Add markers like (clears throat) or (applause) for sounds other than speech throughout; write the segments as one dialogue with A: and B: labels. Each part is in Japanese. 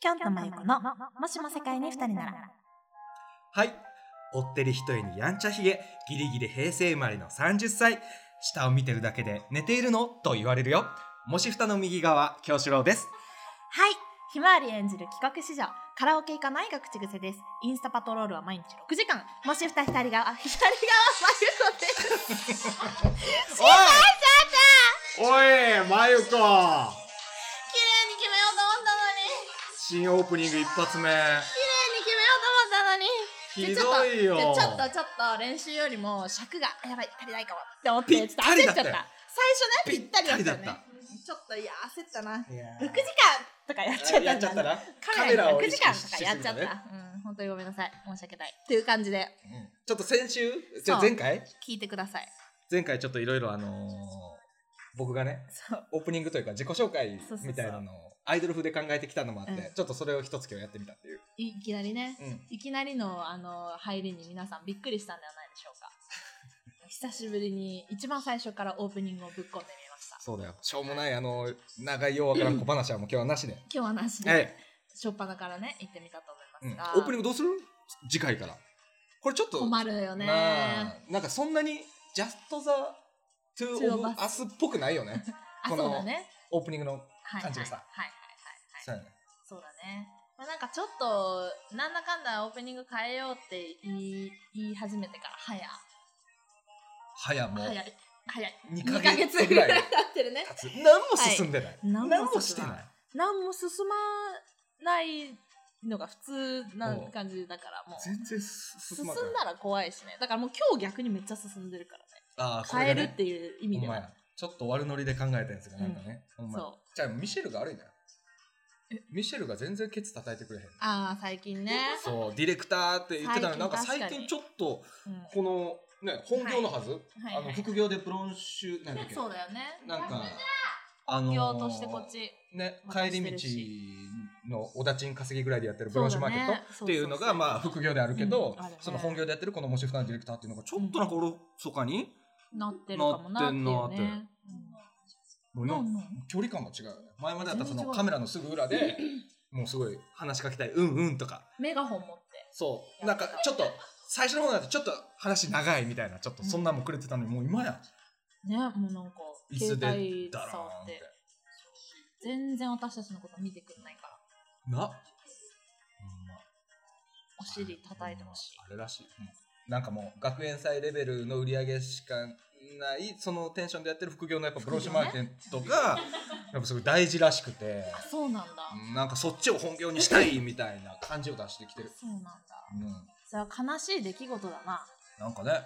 A: きょんとまゆこのもしも世界に二人なら
B: はい。追ってる一重にやんちゃひげ、ギリギリ平成生まれの30歳。下を見てるだけで寝ているのと言われるよ。もし蓋の右側、京志郎です。
A: はいひまわり演じる企画史上カラオケ行かないが口癖ですインスタパトロールは毎日6時間もし二人が左側まゆこ (laughs) です
C: おいまゆこ
A: 綺麗に決めようと思ったのに
C: 新オープニング一発目
A: 綺麗に決めようと思ったのに
C: ひどいよ
A: ちょっとちょっとちょっと練習よりも尺があやばい足りないかもって思って
B: ぴったりだったよ
A: ちょと焦っちゃ最初ねぴったりだったよね
B: ぴったりだ
A: ちょっといや焦ったな
B: や
A: 6時間とかやっちゃったんだ、ね、
B: やっちゃったな
A: カメラ
B: カメラを
A: 6
B: 意
A: 時
B: 識
A: 間とかやっちゃった、
B: しすぎたね
A: うん本当にごめんなさい申し訳ないっていう感じで
B: ちょっと先週、じゃあ
A: そう
B: 前回
A: 聞いてください
B: 前回ちょっといろいろあのー僕がね、
A: そう
B: オープニングというか自己紹介
A: そうそうそう
B: みたいなのをアイドル風で考えてきたのもあって、
A: うん
B: ちょっとそれを一つ今日やってみたっていう。
A: いきなりね
B: うん
A: いきなりのあの入りに皆さんびっくりしたんではないでしょうか (laughs) 久しぶりに一番最初からオープニングをぶっ込んでみました
B: そうだよ。しょうもない、あの、長いようわからん小話はもう今日はなしで。
A: 今日はなしで、
B: はい。
A: 初っ端からね行ってみたと
B: う
A: 思
B: ん
A: い
B: オ
A: ますが、
B: ープニングどうする次回から。これちょっと、
A: 困るよね
B: なあなんかそんなに、ジャストザ・トゥ・オブ・
A: Two of
B: アスっぽくない
A: (laughs)
B: よね。
A: あそう
B: この
A: だね
B: オープニングの。
A: はいはいは
B: 感
A: い
B: じ
A: はいは
B: が
A: い
B: さ
A: はい
B: そうやね
A: そうだね、まあ、なんかちょっとなんだかんだオープニング変えようって言い言い始めてから早
B: 早もう
A: 早い早い
B: 2
A: 2
B: ヶ
A: ヶ
B: 月
A: 月
B: ぐ
A: ぐ
B: ら
A: ら
B: い
A: い
B: 経
A: 経ってるね
B: つ。何も進んでない。
A: 何も
B: 何もしてない。
A: 何も進まないのが普通な感じだからもう
B: 全
A: 進
B: 然進
A: ん
B: まない。
A: だら怖いしねだからもう今日逆にめっちゃ進んでるからね
B: ああ、そ
A: 変え
B: れが
A: る
B: ね
A: っていう意味で
B: ほんま
A: は
B: やちょっと悪ノリで考えたやつがなんかね、ほんまや
A: そう
B: じゃあミシェルが悪いな
A: え
B: ミシェルが全然ケツ叩いてくれへん
A: ああ最近ね、
B: そうディレクターって言ってたのになんか
A: 最近
B: 最
A: 確か
B: 近
A: に
B: ちょっと
A: うん
B: このね本業のはず、
A: はいはい
B: あの副業でプロンシュなんだっけ、
A: そうだよね
B: なんかあの
A: 副
B: ー
A: 業としてこっち
B: ね
A: 渡
B: 帰
A: してる
B: り道のおだちん稼ぎぐらいでやってるブ
A: そう
B: ロ
A: だ
B: ン
A: ね
B: シュマーケットっていう
A: そ
B: の
A: うそうそ
B: が
A: う
B: まあ副業であるけど、
A: うんあるね
B: その本業でやってるこのもしふたのディレクターっていうのがちょっとなんかおろそかに、
A: なってるかもなっていう
B: なってんな
A: ね
B: もう
A: うん
B: な
A: うんんうん
B: 距離感も違うよね前までだったらそ
A: 全然違
B: の
A: う
B: カメラのすぐ裏
A: (clears throat)
B: でもうすごい話しかけたい「うんうん」とか
A: メガホン持って
B: そうなんかちょっと最初の方だとちょっと話長いみたいなちょっとそんなんもくれてたのにもう今や
A: ねもうなんか
B: 椅
A: 携
B: 子
A: 帯
B: で
A: 触
B: だらーん
A: っ
B: ってて
A: 全然私たちのこと見てくんないから
B: なほんま
A: お尻叩いてほしい
B: あれらしいうんなんかもう学園祭レベルの売り上げしかないそのテンションでやってる副業のやっぱブローシュマーケット
A: (laughs)
B: がやっぱすごい大事らしくて
A: あそうなんだ
B: うんなんかそっちを本業にしたいみたいな感じを出してきてる、
A: そうなんだ
B: うん、
A: それは悲しい出来事だな
B: なんかね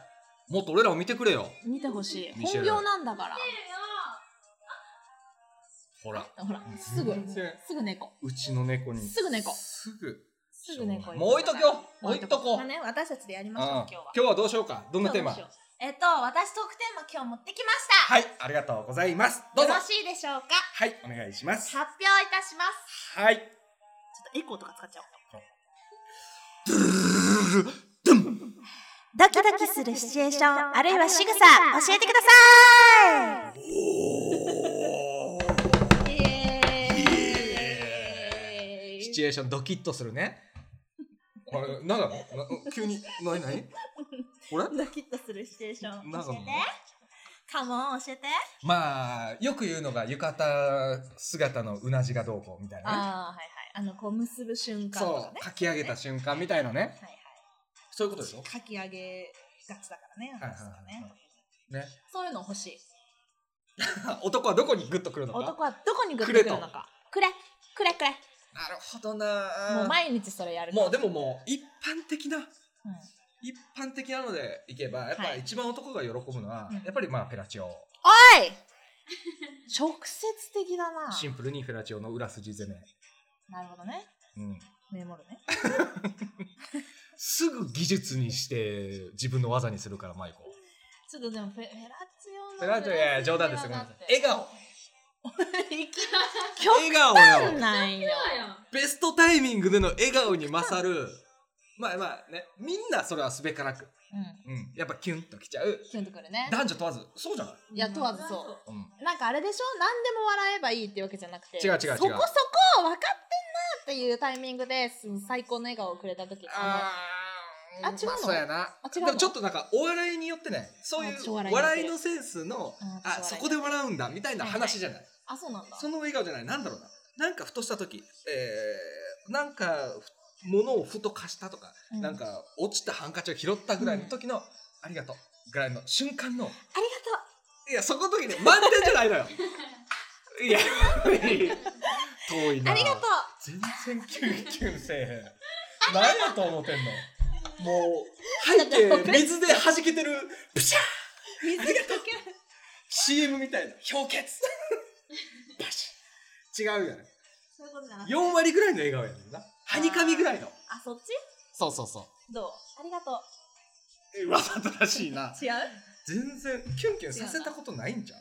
B: もっと俺らを見てくれよ
A: 見てほしい
B: 見せ
A: 本
B: る
A: 業なんだから
B: ほら
A: ほらすぐ
B: 全然
A: すぐ猫
B: うちの猫に
A: すぐ猫
B: すぐ
A: すぐ猫
B: もう置いときよ置いとこう
A: まあね私たちでやりましょう
B: 今
A: 今日は
B: 日はどうしようかどんなテーマ
A: 今日どうしようえっと私トークテーマ今日持ってきました
B: はいありがとうございますどうぞ
A: よろしいでしょうか
B: はいお願いします
A: 発表いたします
B: はい
A: ちょっとエコーとか使っちゃおう
D: ドキドキするシチュエーション、あるいは仕草、教えてください
A: イエーイ
B: シチュエーションドキッとする
A: (laughs)
B: ねあれなんだな急になになにこれ
A: ドキッとするシチュエーション
B: なんか
A: 教えてカモン教えて
B: まあよく言うのが浴衣姿のうなじがどうこうみたいなね
A: ああはいはいあのこう結ぶ瞬間とか
B: そ
A: ね
B: うかき上げた瞬間みたいなね
A: はい
B: そういうことでしょ
A: はいかき上げがちだからね
B: はいはい
A: 私とかね
B: ね
A: そういうの欲しい
B: (laughs) 男はどこにグッとくるのか
A: 男はどこにグッとくるのかくれくれくれ
B: なるほどな
A: もう毎日それやる
B: もうで
A: も
B: ももう一般的な
A: うん
B: 一般的なのでいけばやっぱ
A: はい
B: 一番男が喜ぶのは、
A: うん
B: やっぱりまあフェラチオ
A: おい直接的だな
B: シンプルにフェラチオの裏筋攻め、
A: なるほどね
B: うん、
A: メモるね
B: すぐ技術にして自分の技にするからマイコ
A: ちょっとでもフェフェラチオの
B: フェラチオいやいや冗談ですよごめんなさい笑顔笑
A: 極
B: 顔
A: 端
B: よ
A: なんよ
B: ベストタイミングでの笑顔に勝るまあまあねみんなそれはすべからく、
A: うん
B: うん、やっぱキュンときちゃう
A: キュンとくるね
B: 男女問わずそうじゃない、
A: いや問わずそう
B: うん、
A: なんかあれでしょ何でも笑えばいいってわけじゃなくて
B: 違う違う違う
A: そこそこを分かってんなっていうタイミングで最高の笑顔をくれた時あ
C: あー
A: あ違うの
C: まそうやな
A: のあ違
B: で
A: う
B: も
A: の
B: ちょっとなんかお笑いによってねそうい
A: あ
B: う
A: 超笑いによって
B: 笑いのセンスの
A: うん
B: あ
A: 超笑い
B: そこで笑うんだみたいな話じゃない、
A: あそうなんだ
B: その笑顔じゃないなんだろうななんかふとした時、えー、なんか物をふと貸したとか、
A: うん
B: なんか落ちたハンカチを拾ったぐらいの時の、ありがとうぐらいの瞬間の
A: ありがとう
B: いやそこの時ね満点じゃない
A: (laughs)
B: のよいや
C: 遠いな
A: ありがとう
B: 全然キュンキュンせえへん何やと思ってんのもう背景水で弾けてるプシャー
A: 水がかける
B: CM みたいな氷結バシ
C: 違うよね
A: (laughs) そういうことじゃなくて
B: 4割ぐらいの笑顔やねんなはにかみぐらいの
A: あそっち
B: そうそうそう
A: どうありがとう
C: えわざとらしいな
A: 違ういや
B: 全然キュンキュンさせたことないんじゃん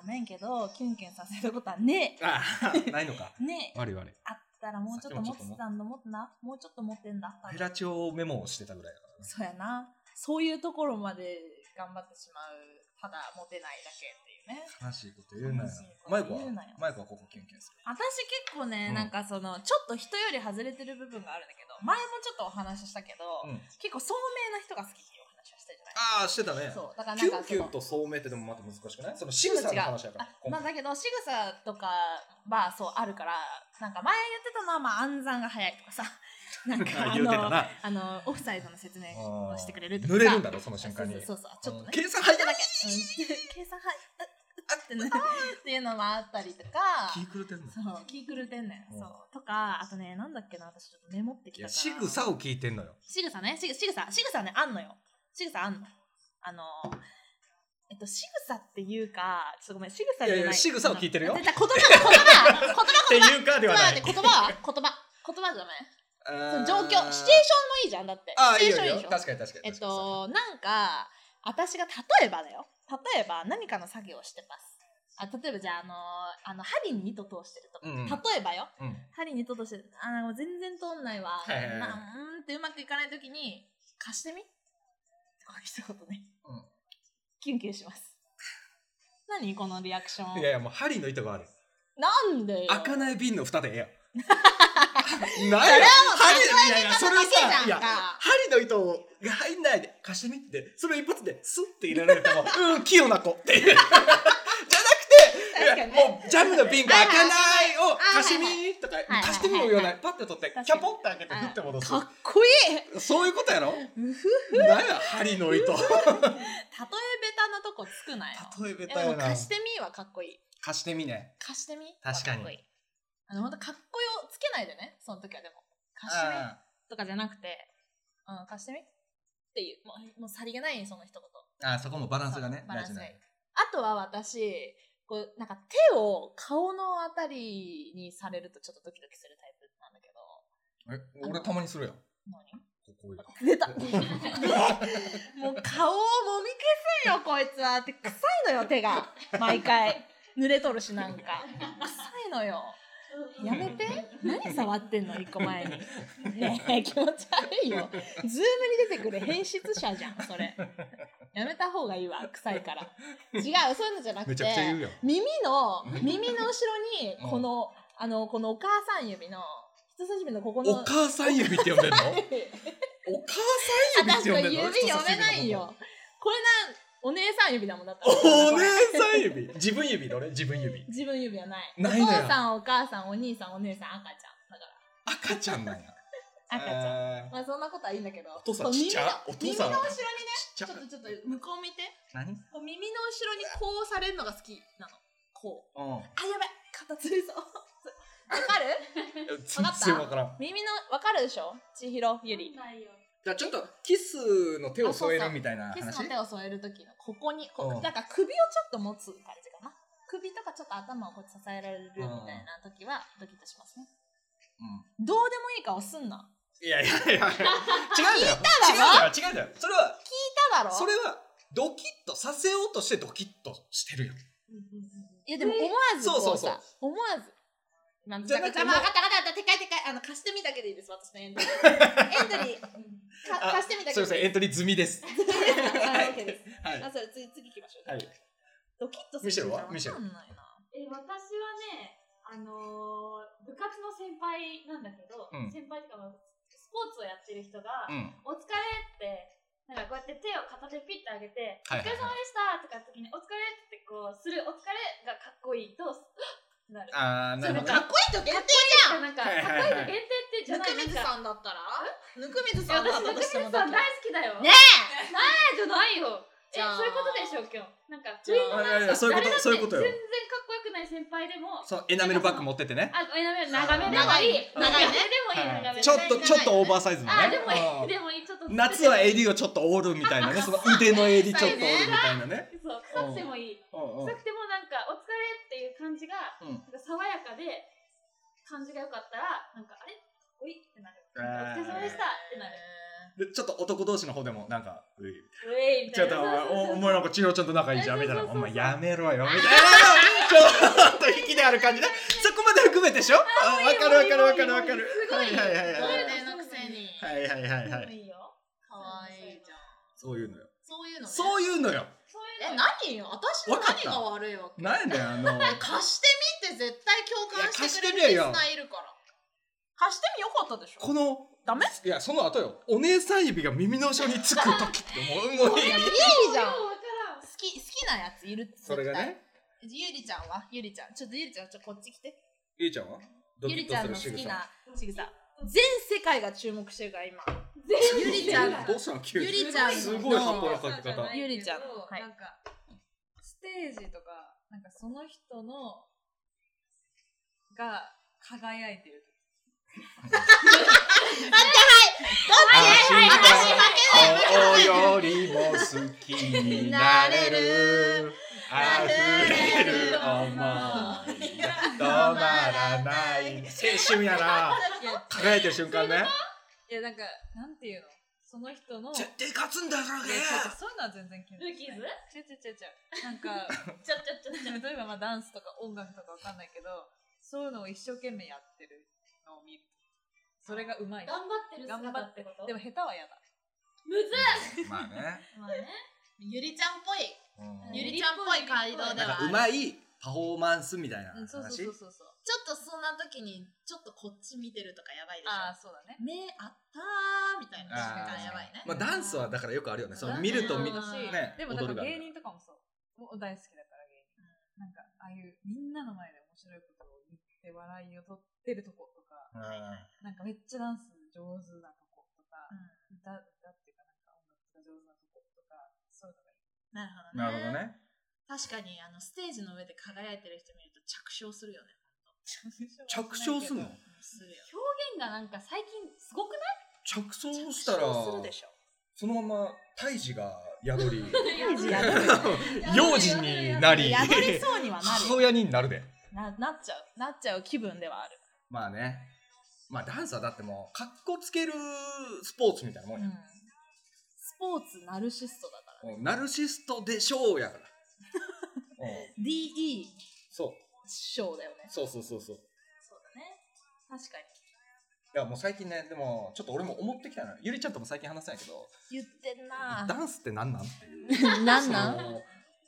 A: ごめんけどキュンキュンさせたことはね
B: ああないのか
A: えねえ
B: 我々ペ
A: あったらもうちょっと持ってたんだもっとなもうちょっと持ってんだ
B: ラチオメモをしてたぐらいだからね
A: そうやなそういうところまで頑張ってしまうただモテないだけっていうね
B: 悲しいこと言うな
A: 悲
B: よ
A: しいこと
B: マイコは
A: 言うなよ
B: マイコはここキュンキュンする
A: 私結構ね、
B: うん
A: なんかそのちょっと人より外れてる部分があるんだけど前もちょっとお話ししたけど、
B: うん
A: 結構聡明な人が好きっていうお話をしたじゃない
B: ああしてたね
A: そうだからな
B: キ
A: ん
B: ュ
A: か
B: ンキュン
A: その
B: と聡明ってでもまた難しくないその仕草の話だから
A: あ
B: 今
A: まあだ
B: 回
A: けど仕草とかはそうあるからなんか前言ってたのはまあ暗算が早いとかさ
B: (laughs)
A: なんかあ
B: 言うてた
A: の
B: な
A: あのオフサイドの説明をしてくれるとか
B: 濡れるんだろその瞬間に
A: そうそうそうそうちょっとね
B: 計算入ってなきゃ
A: うん計算はいああ (laughs) ってねって (laughs) いうのもあったりと
B: (laughs)
A: か
B: 気狂ってんの
A: そう気狂ってんね
B: うん
A: んそうとかあとねなんだっけな私ちょっとメモってきた
B: いや
A: から
B: 仕草を聞いて
A: (laughs)
B: んのよ
A: 仕草ね仕草仕草仕草ねあんのよ仕草あんのあのえっと仕草っていうかちょっとごめん仕草じゃない
B: いやいや仕草を聞いてるよ
A: 絶対言葉言葉言葉
B: っていうかで
A: 言
B: (laughs) は
A: 葉
B: な
A: で
B: い
A: 言葉は言葉言葉じゃないその状況シチュエーションもいいじゃんだって
B: ああ
A: シ
B: いい
A: チュエーション
B: よいい
A: いいでしょ
B: よ確かに確かに
A: えっと、なんか、私が例えばだよ。例えば、何かの作業をしてます。あ例えば、じゃあ、あのあの、針に糸通してるとか。
B: うんうん
A: 例えばよ。
B: うん
A: 針に糸通してる。あー、もう全然通んないわ。
B: はいはいはい
A: なうーんってうまくいかないときに、貸してみこう一言ね。
B: うん
A: キュンキュンします。何このリアクション。
B: いやいやもう針の糸がある
A: なんでよ。
B: 開か
A: い。
B: ない瓶の蓋で
A: (laughs)
B: ええよ何や
A: それは
B: 針いやいやそれ
A: もう
B: は
A: 例えだけ
B: さい
A: じゃ
B: や
A: んか。
B: 針の糸が入んないで貸してみってそれを一発でスッて入れられて
A: (laughs)
B: もうん器用な子っていうじゃなくて
A: 確
B: い
A: かに
B: やもうジャムの瓶が開かないを
A: はいはい
B: 貸してみとか
A: はいはい
B: 貸してみも言わないパッて取って
A: 確
B: キ
A: か
B: ャ
A: に
B: ポンって開けて振って戻す
A: かっこいい
B: そういうことやろ
A: うふ
B: 何や針の糸
A: 例えベタなとこつくなよ。
B: 例えべ
A: え
B: た
A: で
B: よ
A: も
B: な
A: 貸してみはかっこいい。
B: 貸してみね
A: 貸してみ
B: 確かに
A: はっこいいあの、またかっこよつけないでね、その時はでも。貸してみ
B: あ
A: とかじゃなくて、うん、貸してみっていう、もうもうさりげないその一言。
B: あそこもバランスがね
A: バランスが
B: 大
A: いい
B: 事
A: あとは私、こう、なんか手を顔のあたりにされるとちょっとドキドキするタイプなんだけど、
B: なのよえ俺たまにするよ
A: 何
B: ここよ
A: 出たもう顔をもみ消すんよ、こいつは。って臭いのよ、手が。毎回。濡れとるし、なんか。臭いのよ。やめて。何触ってんの、一個前に。ねえ、気持ち悪いよ。ズームに出てくる変質者じゃん、それ。やめた方がいいわ、臭いから。違う、そういうのじゃなく
B: めち
A: て
B: ゃくちゃ、言うよ
A: 耳の、耳の後ろに、
B: うん
A: この、あの、このお母さん指の、人差し指のここの、
B: お母さん指って呼んでん
A: (laughs)
B: のお母さん指っ
A: 私
B: て
A: の
B: 呼んでん
A: 指
B: の
A: 読めないよ。これなん、お姉さん指だもんだったら
B: お姉さん (laughs) 指自分指どれ自分指
A: 自分指はない。
B: ない
A: お
B: のよ
A: 父さん、お母さん、お兄さん、お姉さん、赤ちゃ
B: 赤ちゃんなんや
A: ん。だから、赤ちゃん。
B: えー
A: まあ、そんなことはいいんだけど。
B: お父さんちっちゃ
A: こう
B: お父さん
A: 耳の耳の後ろにね、ち
B: ちっ
A: ょ
B: ちゃ
A: っとちょっと向こう見て。
B: 何うん
A: こう耳の後ろにこうされるのが好きなの。こう。あ、やばい肩つりそう。わかる
B: 全然わからん
A: 耳の、わかるでしょ千尋ゆり。
B: じゃあちょっとキスの手を添え
A: あそうそう
B: るみたいな
A: キス
B: 話
A: の手を添える時のここにこ
B: うん
A: うなんか首をちょっと持つ感じかな首とかちょっと頭をこう支えられるみたいな時はドキッとしますね
B: う
A: どうでもいい顔すんな
B: んいやいやいやいや違うんだよ
A: ただ
B: 違うんだよ違うんだよそれは
A: ただろ
B: それはドキッとさせようとしてドキッとしてるよ
A: いやでも思わず
B: そ
A: こう
B: うそうそう
A: さ思わずまあ、じ
B: じ
A: ゃ
B: ゃなくて
A: あ、まあ、分かった分かった分かった、でかいでかい、あの、貸してみだけでいいです、私のエ
B: (laughs)
A: ントリー。エントリー、か
B: あ
A: 貸してみだ
B: す
A: け
B: いません
A: でいい
B: エントリー済みで
A: です。
B: す
A: あ OK です。
B: はい
A: あ、それ、次、次行きましょう。
B: はい
A: ドキッとする。
B: ミシェルはミシェ
A: わ
B: ル
A: かんないな。
E: え私はねあのー部活私の先輩なんだけど、
B: うん
E: 先輩っていうかまあ、スポーツをやってる人が、
B: うん。
E: お疲れって、なんかこうやって手を片手ピッて上げて、
B: は
E: お
B: いはいはい
E: 疲れ様でしたとか時に、お疲れってこうする、お疲れがかっこいいと、ってなる。
B: あー、な
A: そ
B: る
A: れ
B: ほど
A: か
B: ね
A: っ。こいいと限定
E: なんか、かっこいいと限定ってじ
A: じゃ
E: ゃ
A: んぬ
E: な
A: く
E: い
A: みず
E: なんか
A: さんだったらぬくみず
E: い
A: さ
E: や
A: んだっ
E: 私、
A: た
E: ぬ
A: と
E: く
A: して
E: み
A: も
E: ず
A: だ
E: さ
A: っ
E: ん
A: て
E: 大好きだよ。
A: ね
E: えじゃないよ。え、
A: じゃあ
E: そういうことでしょう、今日。なんか、
A: じゃ
B: あいやいや、そういうこと、そういうことよ
E: 誰だって全。然かっこよくない先輩でも、
B: そう、エナメルバッグ持っててね。
E: あ、ごめんなさい長めでもいい。
A: 長い長いね
E: 長めでもいい、長めでもいい。
B: ちょっと、ちょっとオーバーサイズの
E: あ、で
B: ね。
E: もいい、でもいい、ちょっと。
B: 夏は襟をちょっと折るみたいなね。その腕の襟ちょっと折るみたいなね。
E: そう、臭くてもいい。
B: うんうん
E: 臭くてもなんか、お疲れっていう感じが、
B: うん
E: なんか爽やかで、感じが良かったら、なんか、あれかっこいいってなる。お疲れ様でしたってなる。
B: でちょっと男同士の方でもなんか、ういう
E: えい、み
B: ち
E: た
B: ょ
E: い
B: っと
E: な。
B: お前おお前なんか千尋ちゃんと仲いいじゃんみたいな
E: そう
B: お
E: そうそうそう
B: 前やめろよみたいなちょっと引きである感じねそこまで含めてでしょあわかるわかるわかるわかる
E: すご
B: はいいはいはい
E: そう
B: は
E: い
A: 童
E: うの
B: い
A: 貞のくせに
B: はいはいはいは
E: でも
B: い
E: いいよ。
A: かわいいじゃん
B: そういうのよ
A: そういうのね
B: そういうのよ
E: そう
A: え
E: いうの。
A: 何よ私の何が悪いわけ
B: なんだよあの
A: 貸してみって絶対共感してくれる
B: い
A: リス
B: や貸してみよ
A: ナーいるから貸してみよかったでしょ
B: この
A: ダメ
B: いやその後よお姉さん指が耳の後ろにつく時ってもうもういい
A: いいじゃん好
E: ようわからん。
A: き好きなやついるって
B: それがね
A: ゆりちゃんはゆりちゃんちょっとゆりちゃんちょっとこっち来て
B: ゆりちゃんはドキ
A: ゆり
B: ッ
A: ちゃん
B: と
A: の
B: する
A: 好
B: 仕
A: き
B: 草
A: な仕草全世界が注目してるから今
F: (laughs)
A: ゆりちゃん
B: どうしたの急に
A: ゆりちゃんの
B: すごい働き方
A: ゆりちゃんはい
F: なんかステージとかなんかその人のが輝いてる
B: 青よりも好きになれる溢れる思いが止まらない青春やな輝いてる瞬間ね
F: いやなんかなんていうのその人のいや
B: 絶対勝つんだろう
F: 違う違うそういうのは全然気
E: ルーキーズ
F: 違う違う違う違うなんか
E: ちょちょちょちょ。
F: 例えばまあダンスとか音楽とかわかんないけどそういうのを一生懸命やってるのを見るそれがうまい
E: 頑張ってる
F: 頑
E: 姿
F: 張
E: っ
F: ってて
E: こと
F: でも下手は嫌だ
E: むず
B: まあね
E: いまあね。
A: ゆりちゃんっぽい
E: うん
A: ゆりちゃんっぽい街道で
B: なん
A: は
B: かうまいパフォーマンスみたいな
F: うんそうそう
B: 話
F: そうそうそう
A: ちょっとそんな時にちょっとこっち見てるとかやばいでしょ
F: ああそうだね
A: 目あったーみたいな瞬
B: あー
A: 間やばいね
B: まあダンスはだからよくあるよねその見ると見
A: る
F: 楽しい
B: ね
F: でもなん
B: 踊
F: か
B: るがある
F: 芸人とかもそうもう大好きだから芸人、なんかああいうみんなの前で面白いことを言って笑いを取ってるとことかなんかめっちゃダンス上手なとことか、歌歌っていうかなんか音楽が上手なとことかそういうのがいい
A: なるほど
B: な
A: ね
B: るほどね
A: 確かにあのステージの上で輝いてる人見ると着床するよね
B: 着床するの
A: するよ
E: 表現がなんか最近すごくな
B: 着想したら
A: 着床するで
B: (laughs)
A: しょ
B: そのまま胎児が宿 (laughs) り
E: い幼児
B: 幼児になり
A: やりそうにはな
B: 母
A: る
B: (laughs) 親になるで
A: ななっちゃうなっちゃう気分ではある
B: まあねまあダンスはだってもうかっこつけるスポーツみたいなもんや、
A: スポーツナルシストだから
B: もうナルシストでしょうや (laughs) からうん
A: DE
B: そう
A: 賞だよね
B: そうそうそうそうい
A: そうだね確かに
B: やもう最近ねでもちょっと俺も思ってきたのゆりちゃんとも最近話せないけど
A: 言ってんな
B: ダンスってなんなんっていう
A: ぁ (laughs) なんなん
B: その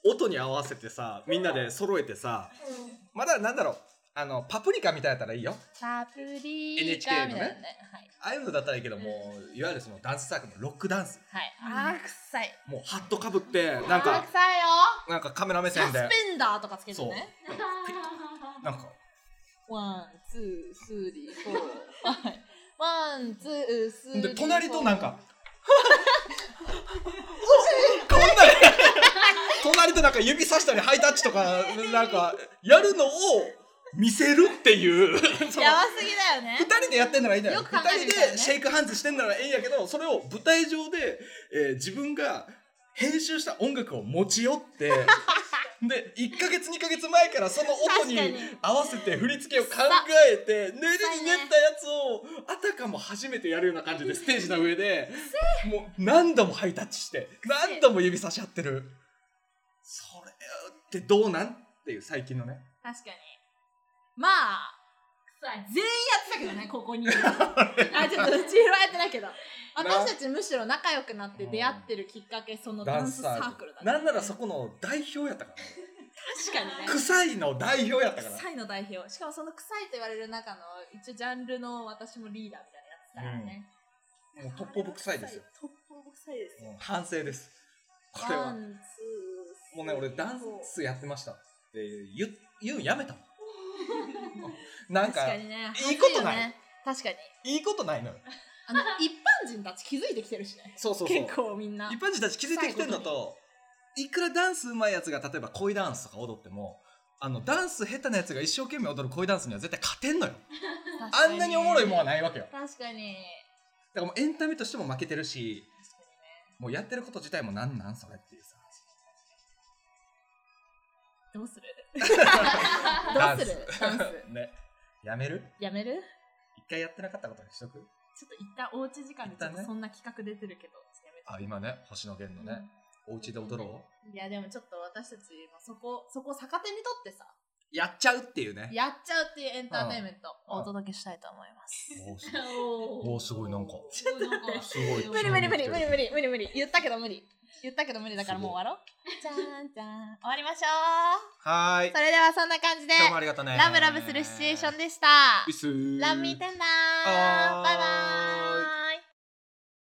B: 音に合わせてさみんなで揃えてさまだなんだろうあのパプリカみたいだったらいいよ
A: サプリ
B: NHK のね
A: みたいなねはい
B: ああいうのだったらいいけどもういわゆるそのダンスサークルのロックダンス
A: はいあー臭い
B: もうハットかぶってなん
A: あー
B: か
A: 臭いよ
B: なんかカメラ目
A: サ
B: 線
A: ス
B: で
A: ペンダーとかつけて
B: そう
A: ね
B: なんか
A: ワン、ツー、スリー、フォー。 (laughs) はい。ワン、ツー、スリー。
B: で隣となん
A: (laughs)
B: かこんな隣となんか指さしたりハイタッチとかなんかやるのを見せるっていうその
A: やばすぎだよね
B: 二。人でやってんならいいんだよ
A: よく考えて
B: 二
A: みたら
B: 人
A: ね
B: でシェイクハンズしてんならいいんやけどそれを舞台上で、えー自分が編集した音楽を持ち寄っ
A: (laughs)
B: てで1か月2か月前からその音に
A: 確かに
B: 合わせて振り付けを考えて練りに練ったやつをあたかも初めてやるような感じでステージの上でもう何度もハイタッチして何度も指差し合ってるそれってどうなんっていう最近のね
A: 確かに。まあ、
E: (laughs) 臭い。
A: 全員やってたけどね、ここ (laughs) に。あ、ちょっと、うちはやってないけど。私たちむしろ仲良くなって出会ってるきっかけ、そのダンスサークルだった、
B: なんならそこの代表やったからね
A: 確かにね。
B: 臭いの代表やったから。
F: 臭いの代表。しかもその臭いと言われる中の、一応ジャンルの私もリーダーみたいなやつだからね。
B: もうトップオブ臭いですよ。
A: トップオブ臭いですよ。
B: もう反省です。これ
A: ワ
B: は。
A: ン、ツー、
B: もうね、俺ダンスやってましたって言う、言う
A: (laughs)
B: やめたもん。なん
A: 確
B: か、
A: かにね。
B: いいことない
A: 恥ずよね。確かに。
B: いいことないのよ。
A: あ
B: (laughs)
A: の、一般人たち気づいてきてるしね。
B: そうそうそう。
A: 結構みんな。
B: 一般人たち気づいてきてんのと、いくらダンス上手いやつが、例えば恋ダンスとか踊っても、あの、ダンス下手なやつが一生懸命踊る恋ダンスには絶対勝てんのよ。あんなにおもろいもんはないわけよ。
A: 確かに。
B: だからもうエンタメとしても負けてるし、もうやってること自体もなんなんそれっていうさ。
A: ど
B: (laughs)
A: うする
B: ダ
A: ど
B: ン
A: う
B: ス
A: するダンス。
B: ね。やめる
A: やめる
B: 一回やってなかったことにしとく
F: ちょっと一旦おうち時間でちょっ
B: 一旦ね
F: とそんな企画出てるけど、ちょっとやめて
B: あ、今ね、星野源のね、お家で踊ろう
A: いや、でもちょっと私たち、まあそこ、そこを逆手にとってさ、
B: やっちゃうっていうね。
A: やっちゃうっていうエンターテインメント
B: うん
A: をお届けしたいと思います。
B: (laughs) おーす
E: (laughs) お
B: おーすごいなんか
E: ちょっと待って。
B: すごい
A: 無理無理無理無理無理無理無理言ったけど無理言ったけど無理だからもう終わろうじゃーんじゃーん終わりましょ。
B: はーいう
A: それではそんな感じで
B: どうもありがとうね。
A: ラブラブするシチュエーションでした
B: ウィスー
A: ラブミーテンダー
B: あー
A: バイバーイ